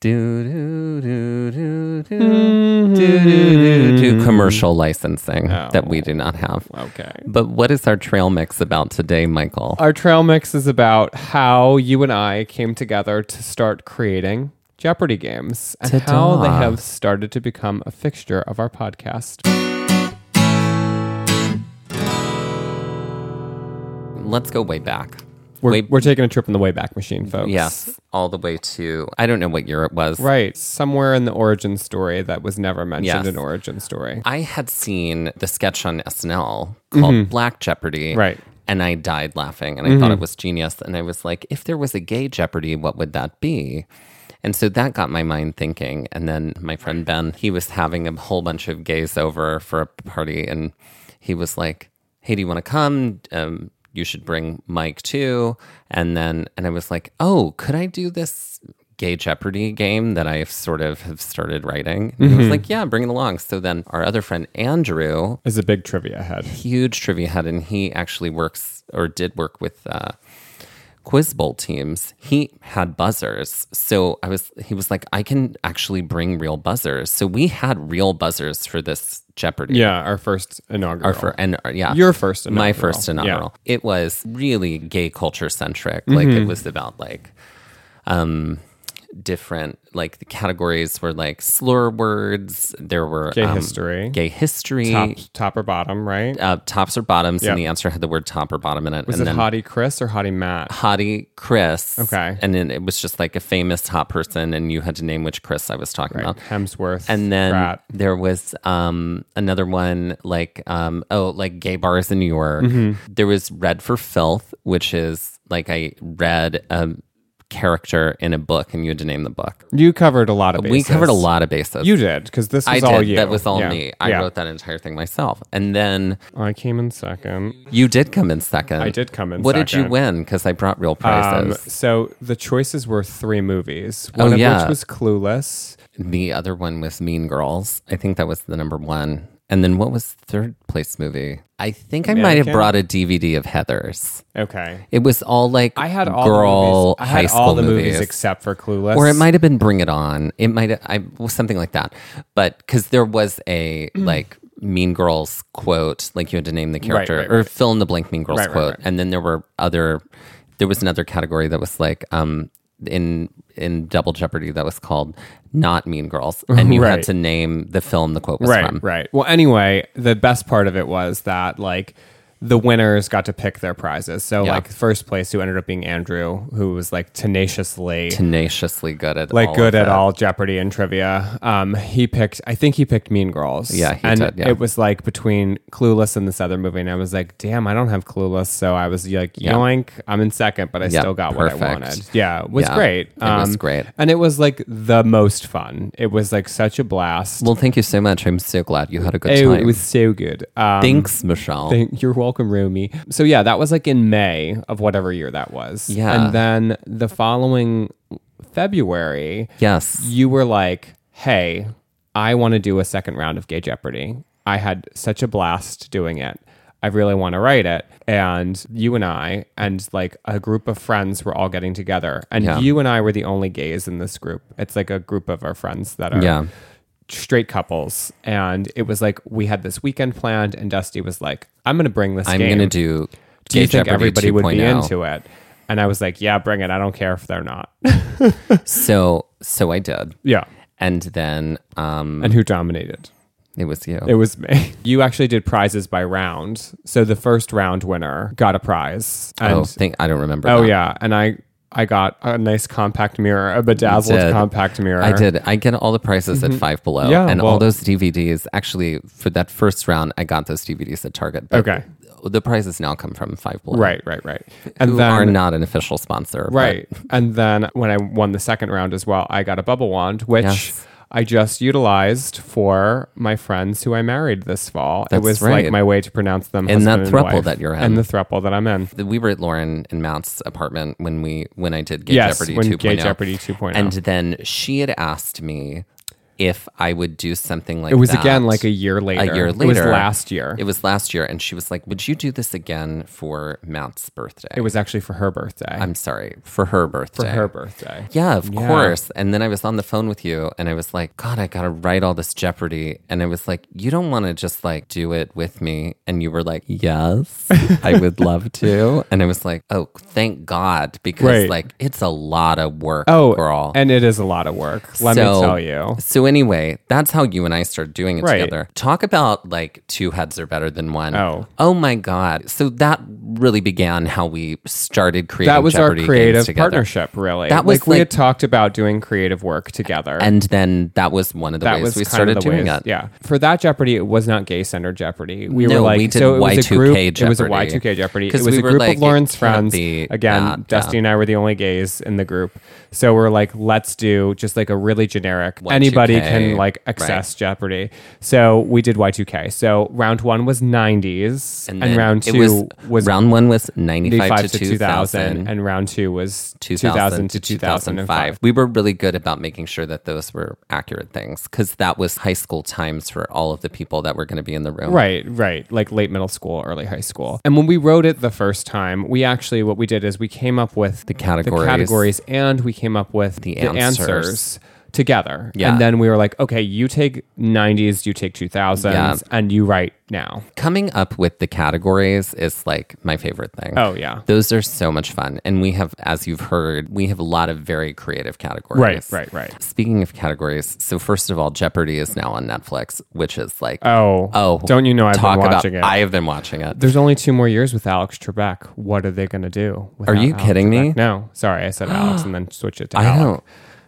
Do do do do do Mm-hmm. do do do do commercial licensing that we do not have. Okay. But what is our trail mix about today, Michael? Our trail mix is about how you and I came together to start creating Jeopardy games and how Ta-da. they have started to become a fixture of our podcast. Let's go way back. We're, Way- we're taking a trip in the Wayback Machine, folks. Yes, all the way to I don't know what year it was. Right. Somewhere in the origin story that was never mentioned Yes. in origin story. I had seen the sketch on SNL called Black Jeopardy. Mm-hmm. Right. And I died laughing and I thought it was genius. And I was like, if there was a gay Jeopardy, what would that be? And so that got my mind thinking. And then my friend Ben, he was having a whole bunch of gays over for a party. And he was like, hey, do you want to come? Um, you should bring Mike too. And then, and I was like, oh, could I do this gay Jeopardy game that I sort of have started writing? And he was like, yeah, bring it along. So then our other friend, Andrew, Is a big trivia head. huge trivia head, and he actually works or did work with uh, Quiz Bowl teams. He had buzzers, so I was he was like, I can actually bring real buzzers. So we had real buzzers for this Jeopardy. Yeah, our first inaugural. Or for and uh, yeah, Your first my inaugural. first Yeah. inaugural. It was really gay culture centric. Like Mm-hmm. it was about like um different like the categories were like slur words. There were Gay um, history. gay history, top, top or bottom, right? uh, tops or bottoms, Yeah. and the answer had the word top or bottom in it. Was and it Hottie Chris or Hottie Matt? Hottie Chris. Okay. And then it was just like a famous hot person, and you had to name which Chris I was talking about. Hemsworth. And then Pratt. there was um, another one like, um, oh, like gay bars in New York. Mm-hmm. There was Red for Filth, which is like I read a character in a book and you had to name the book. You covered a lot of bases. We covered a lot of bases. You did, because this I was did. all you. That was all Yeah. me. I Yeah. wrote that entire thing myself. And then I came in second. you did come in second. I did come in What did you second. win? Because I brought real Um, prizes. so the choices were three movies. One of Oh, yeah. which was Clueless. the other one was Mean Girls. I think that was the number one. And then what was third place movie? I think I might have Mannequin? brought a DVD of Heather's. Okay. It was all like I had all girl the movies. I high had school all the movies. movies except for Clueless. or it might have been Bring It On. It might have, I well, something like that. But because there was a like Mean Girls quote, like you had to name the character Mm. right, or fill in the blank Mean Girls Right, right, quote, right. and then there were other. There was another category that was like um in in Double Jeopardy that was called not Mean Girls, and you Right. had to name the film the quote was right, from. right. Well, anyway, the best part of it was that like the winners got to pick their prizes. So Yeah. like first place, who ended up being Andrew, who was like tenaciously Tenaciously good at like all good of at it. all Jeopardy and trivia. Um, he picked, I think he picked Mean Girls. Yeah, he and did, yeah. it was like between Clueless and this other movie, and I was like, damn, I don't have Clueless, so I was like, Yeah. yoink, I'm in second, but I Yeah, still got what I perfect. wanted. Yeah, it was Yeah, great. Um, it was great. and it was like the most fun. It was like such a blast. Well, thank you so much. I'm so glad you had a good it, time. was so good. Um, Thanks, Michelle. Thank- You're welcome, Rumi. So yeah, that was like in May of whatever year that was. Yeah. and then the following February, yes. you were like, hey, I want to do a second round of Gay Jeopardy. I had such a blast doing it. I really want to write it. And you and I, and like a group of friends were all getting together. And Yeah. you and I were the only gays in this group. It's like a group of our friends that are Yeah. straight couples. And it was like, we had this weekend planned, and Dusty was like, I'm going to bring this I'm game. going to do. do you Gay think Jeopardy oh. everybody would be 2.0. into it? And I was like, yeah, bring it. I don't care if they're not. So, so I did. yeah. And then um, And who dominated? it was you. It was me. You actually did prizes by round. So the first round winner got a prize. And oh, think I don't remember. Oh that. yeah, and I I got a nice compact mirror, a bedazzled did. compact mirror. I did. I get all the prices at Five Below, Mm-hmm. Yeah, and well- all those DVDs. Actually, for that first round, I got those DVDs at Target. But Okay. the prices now come from Five Below, Right, right, right. And Who then are not an official sponsor, but right, and then when I won the second round as well, I got a bubble wand, which. Yes. I just utilized for my friends who I married this fall. it That's was like right. my way to pronounce them. And that husband throuple wife. that you're in. and the throuple that I'm in. the- we were at Lauren and Matt's apartment when we when I did Gay Yes, Jeopardy when 2.0. Gay Jeopardy oh. 2.0. and then she had asked me if I would do something like It was that. again like a year later. a year later. It was last year. It was last year, and she was like, "Would you do this again for Matt's birthday?" It was actually for her birthday. I'm sorry, for her birthday. for her birthday. Yeah, of course. And then I was on the phone with you and I was like, God, I got to write all this Jeopardy. And I was like, you don't want to just like do it with me. And you were like, yes, I would love to. And I was like, oh, thank God, because Right. like it's a lot of work, Oh, girl. and it is a lot of work. Let me tell you. So anyway, that's how you and I started doing it Right. together. Talk about like two heads are better than one. Oh. oh my god! So that really began how we started creating. that was Jeopardy our games creative together. partnership really That was like, we like- had talked about doing creative work together and then that was one of the that ways was we kind started of the doing ways, it. yeah for that jeopardy it was not gay centered jeopardy we were No, like we did so it was a Y2K group it was a Jeopardy. y2k jeopardy it 'Cause was we a were group like, of it Lauren's can't friends be again that, dusty and i were the only gays in the group so we're like let's do just like a really generic anybody can Y2K, like access jeopardy so we did y2k so round one was 90s and, then round it two was round one was ninety 95 five to to 2000 2000, and round two was 2000 to 2005. We were really good about making sure that those were accurate things because that was high school times for all of the people that were going to be in the room. Right, right. Like late middle school, early high school. And when we wrote it the first time, we actually, what we did is we came up with the categories. categories and we came up with the, answers. answers. together. Yeah. And then we were like, okay, you take 90s, you take 2000s, Yeah. and you write now. Coming up with the categories is like my favorite thing. Oh, yeah. Those are so much fun. And we have, as you've heard, we have a lot of very creative categories. Right, right, right. Speaking of categories, so first of all, Jeopardy is now on Netflix, which is like, Oh, oh, Don't you know I've been talk about- watching it? I have been watching it. There's only two more years with Alex Trebek. What are they going to do? without you Alex kidding me? Trebek? No, sorry, I said Alex and then switch it to I Alex. don't.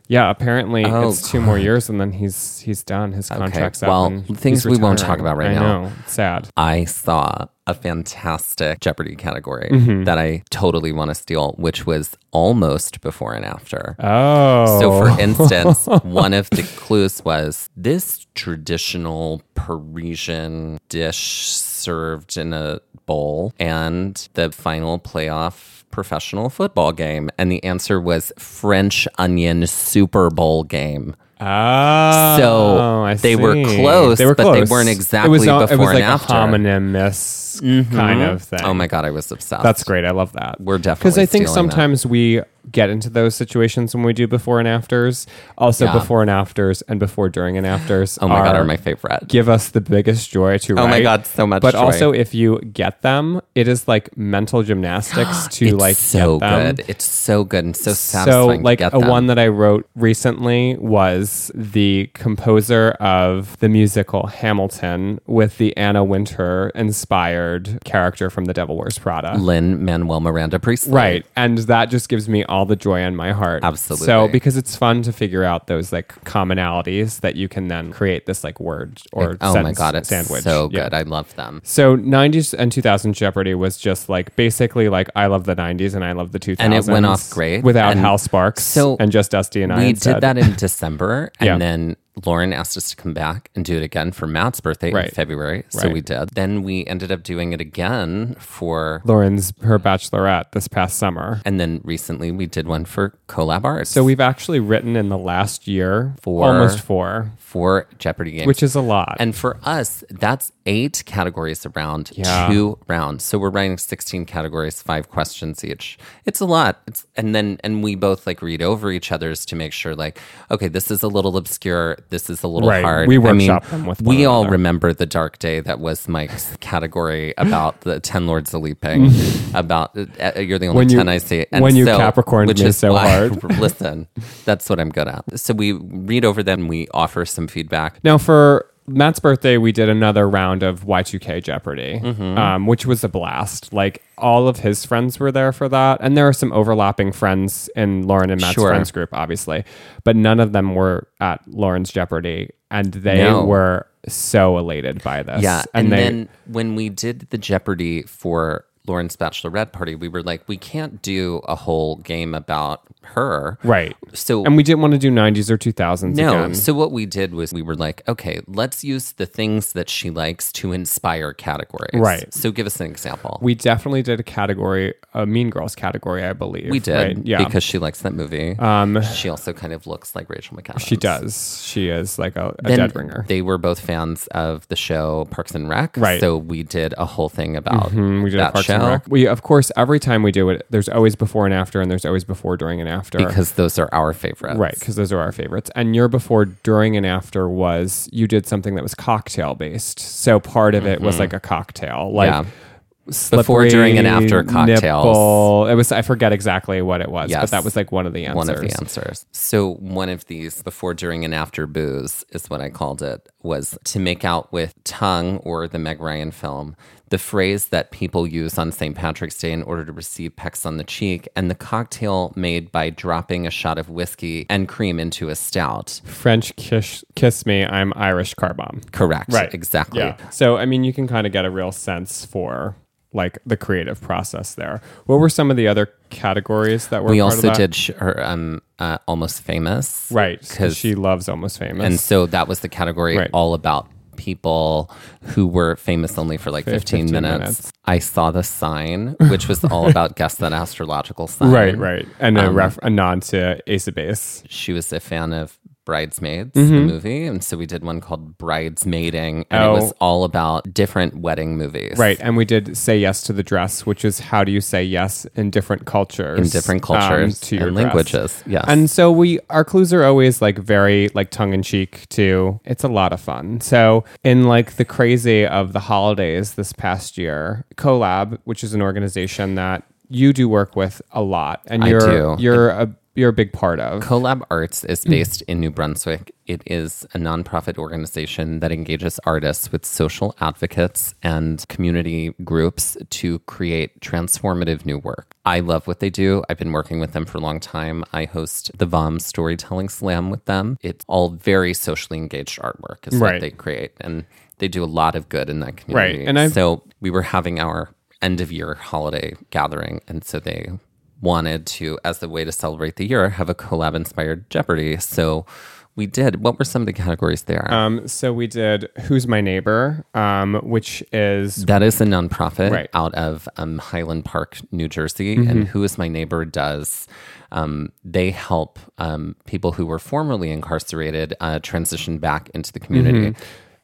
Yeah, apparently it's two more years and then he's he's done. His contract's up. Oh, well, and things he's we won't talk retiring. about right I now. know. It's sad. I saw a fantastic Jeopardy category Mm-hmm. that I totally want to steal, which was almost before and after. Oh. So, for instance, one of the clues was this traditional Parisian dish served in a bowl and the final playoff professional football game. And the answer was French onion Super Bowl game. oh. So, I they were see. close, They were but they close. weren't It was, exactly all- it before was and like after. a homonymous kind of thing. Oh my God, I was obsessed. That's great. I love that. We're definitely because I think stealing that. sometimes we get into those situations when we do before and afters. Also, Yeah. before and afters and before during and afters. Oh my God, are my favorite. give us the biggest joy to Oh my write. God, so much But joy. also, if you get them, it is like mental gymnastics to it's like so get them. good. It's so good and so So, satisfying. like to get a them. one that I wrote recently was the composer of the musical Hamilton with the Anna Winter inspired character from The Devil Wears Prada. Lynn Manuel Miranda Priestley. Right. And that just gives me all the joy in my heart. Absolutely. So because it's fun to figure out those like commonalities that you can then create this like word or Oh my sentence god, it's sandwich. so Yeah. good. I love them. So 90s and 2000 Jeopardy was just like basically like I love the 90s and I love the 2000s. And it went off great. Without And Hal Sparks so and just Dusty and I. We instead. did that in December, and Yeah. then Lauren asked us to come back and do it again for Matt's birthday in Right. February. So Right. we did. Then we ended up doing it again for, Lauren's her bachelorette this past summer. and then recently we did one for Collab Arts. So we've actually written in the last year Four. almost four, for Jeopardy games. which is a lot. and for us, that's eight categories around Yeah. two rounds. So we're writing 16 categories, five questions each. It's a lot. It's, and then, and we both like read over each other's to make sure, like, okay, this is a little obscure. This is a little Right. hard. We workshop them with one We all another. remember the dark day that was Mike's category about the 10 Lords of Leaping, about uh, you're the Mm-hmm. only When you- 10 I see. when you Capricorned me is so why- hard. Listen, that's what I'm good at. So we read over them, we offer some feedback. Now, for Matt's birthday, we did another round of Y2K Jeopardy, Mm-hmm. um, which was a blast. Like, all of his friends were there for that. And there are some overlapping friends in Lauren and Matt's Sure. friends group, obviously. But none of them were at Lauren's Jeopardy. And they No. were so elated by this. Yeah. And, they, then when we did the Jeopardy for Lauren's Bachelorette party, we were like, we can't do a whole game about her. Right. So And we didn't want to do 90s or 2000s no. again. So what we did was we were like, okay, let's use the things that she likes to inspire categories. Right. So give us an example. We definitely did a category, a Mean Girls category, I believe. We did right? Yeah. because she likes that movie. Um, she also kind of looks like Rachel McAdams. she does. She is like a, a Then dead ringer. They were both fans of the show Parks and Rec, Right. Mm-hmm. So we did a whole thing about Mm, We did a that Parks show and Rec. We, of course, every time we do it, there's always before and after, and there's always before, during, and after. because those are our favorites, right, because those are our favorites. And your before, during, and after was you did something that was cocktail based. So part of it was like a cocktail, like Mm-hmm. Yeah. slippery during, and after cocktails. nipple. It was I forget exactly what it was, but Yes. that was like one of the answers. One of the answers. So one of these before, during, and after booze is what I called it was to make out with tongue or the Meg Ryan film. The phrase that people use on St. Patrick's Day in order to receive pecks on the cheek, and the cocktail made by dropping a shot of whiskey and cream into a stout. French kiss, kiss me, I'm Irish car bomb. Correct. Right. Exactly. Yeah. So I mean, you can kind of get a real sense for like the creative process there. What were some of the other categories that were? We part of also that? did sh- her um, uh, almost famous. right because 'cause- she loves Almost Famous. And so that was the category Right. all about people who were famous only for like 15, 15 minutes. minutes. I saw the sign, which was all about guess that astrological sign. right, right, and Um, a, ref- a nod to Ace of Base. She was a fan of Bridesmaids, the movie. And so we did one called Bridesmaiding, and Mm-hmm. Oh. it was all about different wedding movies. Right, and we did say yes to the dress, which is how do you say yes in different cultures, In different um, cultures to your and dress. languages. Yes. And so we our clues are always like very like tongue in cheek too. It's a lot of fun. So in like the crazy of the holidays this past year, Colab, which is an organization that you do work with a lot and I you're do. you're a you're a big part of. Colab Arts is based in New Brunswick. It is a nonprofit organization that engages artists with social advocates and community groups to create transformative new work. I love what they do. I've been working with them for a long time. I host the VOM Storytelling Slam with them. It's all very socially engaged artwork is Right. what they create. And they do a lot of good in that community. and I've- so we were having our end of year holiday gathering. And so they wanted to, as a way to celebrate the year, have a collab inspired Jeopardy. So we did. What were some of the categories there? Um, so we did Who's My Neighbor, um, which is that is a nonprofit Right. Mm-hmm. out of um, Highland Park, New Jersey. And Who is My Neighbor does. Um, they help um, people who were formerly incarcerated uh, transition back into the community.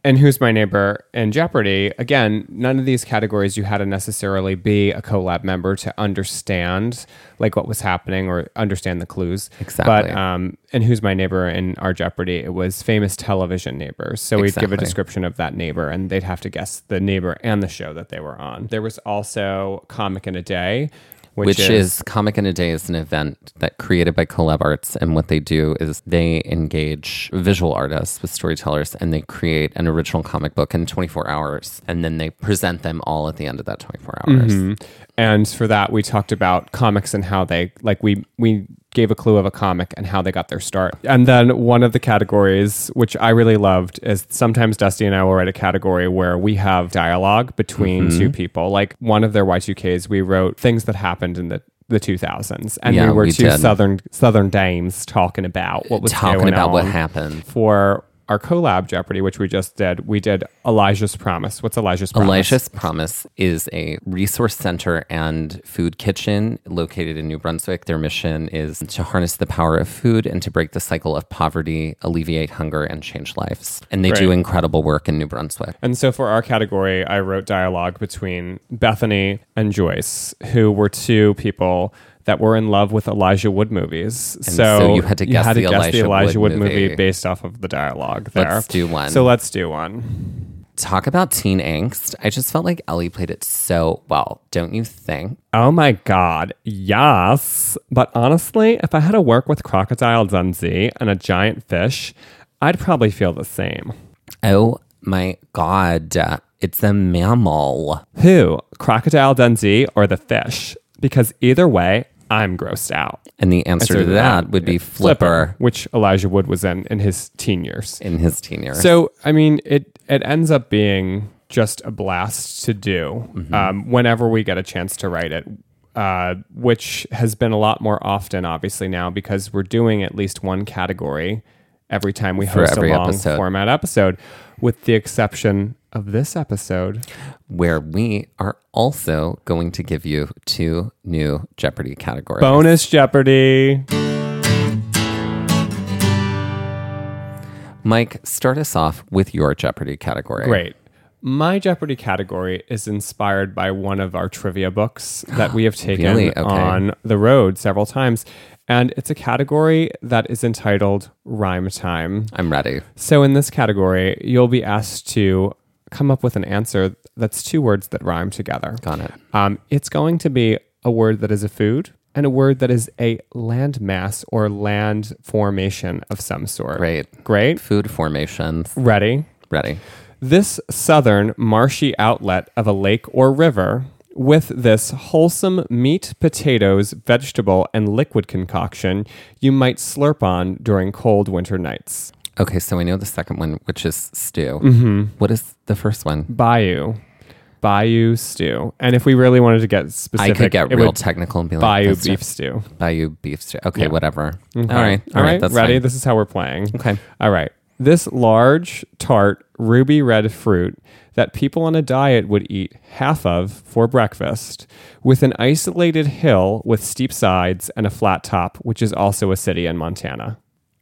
and Who's My Neighbor and Jeopardy. Again, none of these categories you had to necessarily be a collab member to understand like what was happening or understand the clues. Exactly. But um, and Who's My Neighbor in our Jeopardy, it was famous television neighbors. So we'd give a Exactly. description of that neighbor, and they'd have to guess the neighbor and the show that they were on. There was also Comic in a Day, which, which is, comic in a day is an event that created by collab arts and what they do is they engage visual artists with storytellers and they create an original comic book in 24 hours and then they present them all at the end of that 24 Mm-hmm. hours and for that we talked about comics and how they like we we gave a clue of a comic and how they got their start and then one of the categories which i really loved is sometimes dusty and i will write a category where we have dialogue between two people like one of their y2ks we wrote things that happened in the the 2000s and Yeah, we were we two did. southern southern dames talking about what was talking going about what on happened for our collab Jeopardy, which we just did, we did Elijah's Promise. What's Elijah's Promise? Elijah's Promise is a resource center and food kitchen located in New Brunswick. Their mission is to harness the power of food and to break the cycle of poverty, alleviate hunger, and change lives. And they do Right. incredible work in New Brunswick. And so for our category, I wrote dialogue between Bethany and Joyce, who were two people that were in love with Elijah Wood movies. so, so you had to guess the Elijah Wood movie. based off of the dialogue there. Let's do one. So let's do one. Talk about teen angst. I just felt like Ellie played it so well, don't you think? Oh my God. Yes. But honestly, if I had to work with Crocodile Dundee and a giant fish, I'd probably feel the same. Oh my God. It's a mammal. Who? Crocodile Dundee or the fish? Because either way, I'm grossed out. And the answer to that would be Flipper, which Elijah Wood was in in his teen years. in his teen years. So I mean, it it ends up being just a blast to do Mm-hmm. um, whenever we get a chance to write it. Uh, which has been a lot more often, obviously now, because we're doing at least one category every time we host a every long episode. format episode, with the exception of this episode. where we are also going to give you two new Jeopardy categories. Bonus Jeopardy. Mike, start us off with your Jeopardy category. Great. My Jeopardy category is inspired by one of our trivia books that we have taken Really? Okay. on the road several times. And it's a category that is entitled Rhyme Time. I'm ready. So, in this category, you'll be asked to come up with an answer that's two words that rhyme together. Got it. Um, it's going to be a word that is a food and a word that is a landmass or land formation of some sort. Great. Great. Food formations. Ready? Ready. this southern marshy outlet of a lake or river with this wholesome meat, potatoes, vegetable, and liquid concoction you might slurp on during cold winter nights. Okay, so I know the second one, which is stew. What is the first one? Bayou. Bayou stew. And if we really wanted to get I specific, could get it real would technical and be like bayou that's beef not- stew. Bayou beef stew. Okay, whatever. All right. All right, That's ready? fine. This is how we're playing. Okay. All right. This large, tart, ruby red fruit that people on a diet would eat half of for breakfast, with an isolated hill with steep sides and a flat top, which is also a city in Montana.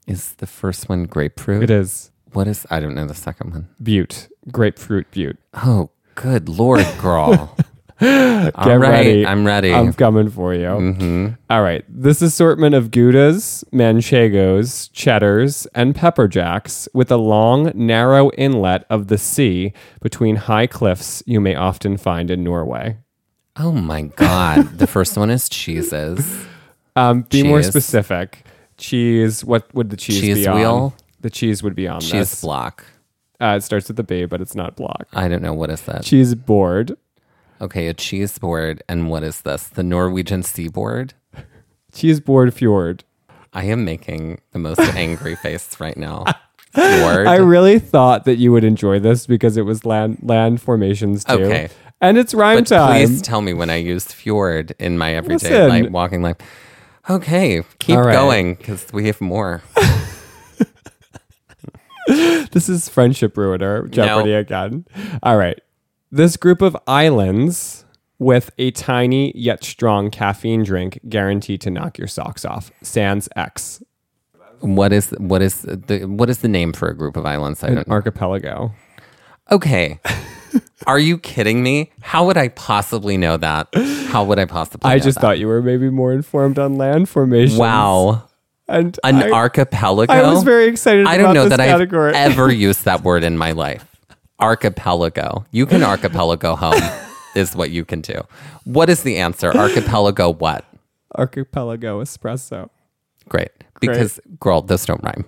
Is the first one grapefruit? It is What is? I don't know the second one. Butte, grapefruit Butte. Oh, good lord, girl. All Get right, ready. Um, I'm ready. I'm coming for you. All right. This assortment of Goudas, Manchegos, Cheddars, and Pepper Jacks with a long, narrow inlet of the sea between high cliffs you may often find in Norway. oh my god. The first one is cheeses. Um, be more Cheese. specific. Cheese. What would the cheese, Cheese be on? wheel? The cheese would be on Cheese this. block. uh, it starts with the B, but it's not block. I don't know what is that. Cheese board. Okay, a cheese board, and what is this? The Norwegian seaboard. Cheese board fjord. I am making the most angry face right now. Fjord. I really thought that you would enjoy this because it was land land formations too. Okay. And it's rhyme but time. please tell me when I used fjord in my everyday Listen. life, walking life. Okay, keep All right. going because we have more. This is Friendship Ruiner, Jeopardy again. All right. This group of islands with a tiny yet strong caffeine drink guaranteed to knock your socks off. Sans X. What is what is the what is the name for a group of islands? I don't know. Archipelago. Okay. Are you kidding me? How would I possibly know that? How would I possibly? I know just that? thought you were maybe more informed on land formations. Wow, And an I, archipelago. I was very excited I about don't know this that category. I've ever used that word in my life. Archipelago. You can archipelago home is what you can do. What is the answer? Archipelago what? Archipelago espresso. Great. Because girl, those don't rhyme.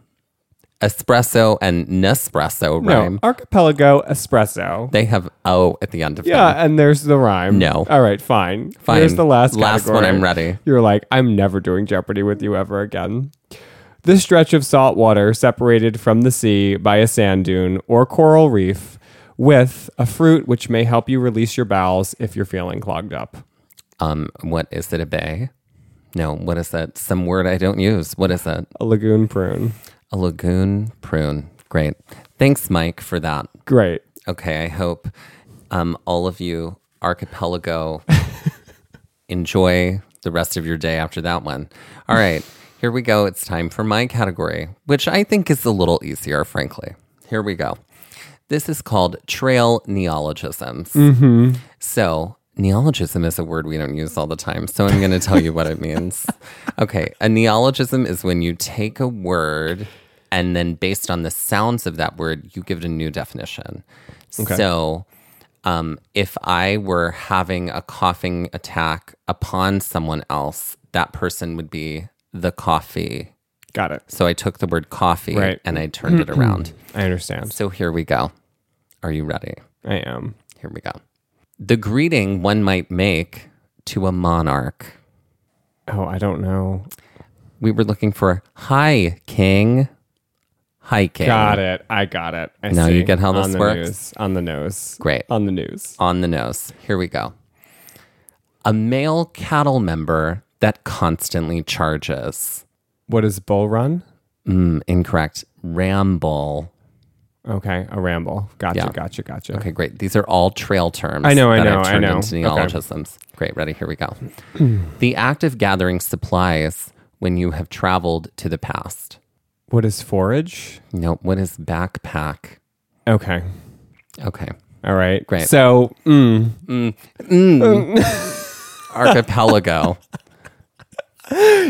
Espresso and Nespresso rhyme. No, archipelago espresso. They have O at the end of them. Yeah, and there's the rhyme. No. All right, fine. Fine. Here's the last Last one, category. I'm ready. You're like, I'm never doing Jeopardy with you ever again. This stretch of salt water separated from the sea by a sand dune or coral reef with a fruit which may help you release your bowels if you're feeling clogged up. Um, what is it? A bay? No, what is that? Some word I don't use. What is that? A lagoon prune. A lagoon prune. Great. Thanks, Mike, for that. Great. Okay, I hope um, all of you archipelago enjoy the rest of your day after that one. All right, here we go. It's time for my category, which I think is a little easier, frankly. Here we go. This is called trail neologisms. So, neologism is a word we don't use all the time. So, I'm going to tell you what it means. Okay. A neologism is when you take a word and then, based on the sounds of that word, you give it a new definition. So, um, if I were having a coughing attack upon someone else, that person would be the coffee. Got it. So, I took the word coffee Right. and I turned it around. I understand. So, here we go. Are you ready? I am. Here we go. The greeting one might make to a monarch. Oh, I don't know. We were looking for hi king, hi king. Got it. I got it. I Now see. you get how this On the works? News. On the nose. Great. On the news. On the nose. Here we go. A male cattle member that constantly charges. What is bull run? Mm, incorrect. Ramble. Okay, a ramble. Gotcha. Yeah. Gotcha. Gotcha. Okay, great. These are all trail terms. I know, I that know, I've I turned know. Into Okay. neologisms. Great. Ready? Here we go. the act of gathering supplies when you have traveled to the past. What is forage? Nope. What is backpack? Okay. Okay. All right. Great. So, mm, Archipelago.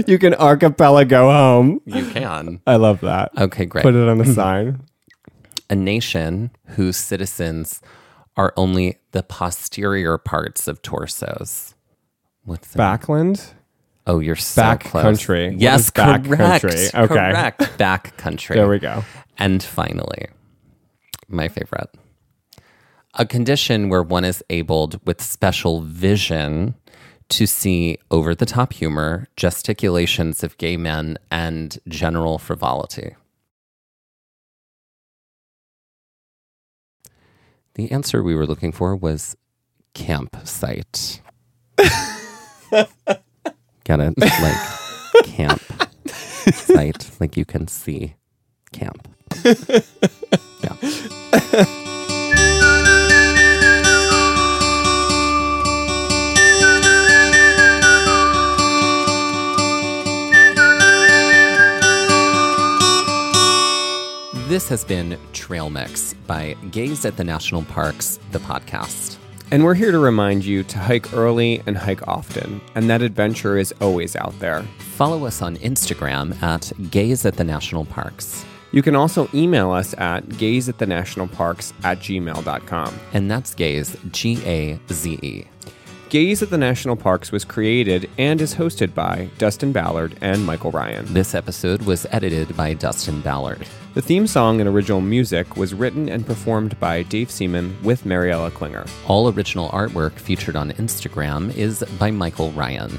you can archipelago home. you can. I love that. Okay, great. Put it on a sign. a nation whose citizens are only the posterior parts of torsos. What's that? Backland. Oh, you're so back close. country. What Yes, is back correct. country? Okay. Correct. Back country. There we go. And finally, my favorite a condition where one is abled with special vision to see over the top humor, gesticulations of gay men, and general frivolity. The answer we were looking for was campsite. Get it? Like camp site, like you can see camp. yeah. This has been Trail Mix by Gaze at the National Parks, the podcast. And we're here to remind you to hike early and hike often, and that adventure is always out there. Follow us on Instagram at Gaze at the National Parks. You can also email us at gaze at the national parks at gmail.com. And that's Gaze, G A Z E. Gaze at the National Parks was created and is hosted by Dustin Ballard and Michael Ryan. This episode was edited by Dustin Ballard. The theme song and original music was written and performed by Dave Seaman with Mariella Klinger. All original artwork featured on Instagram is by Michael Ryan.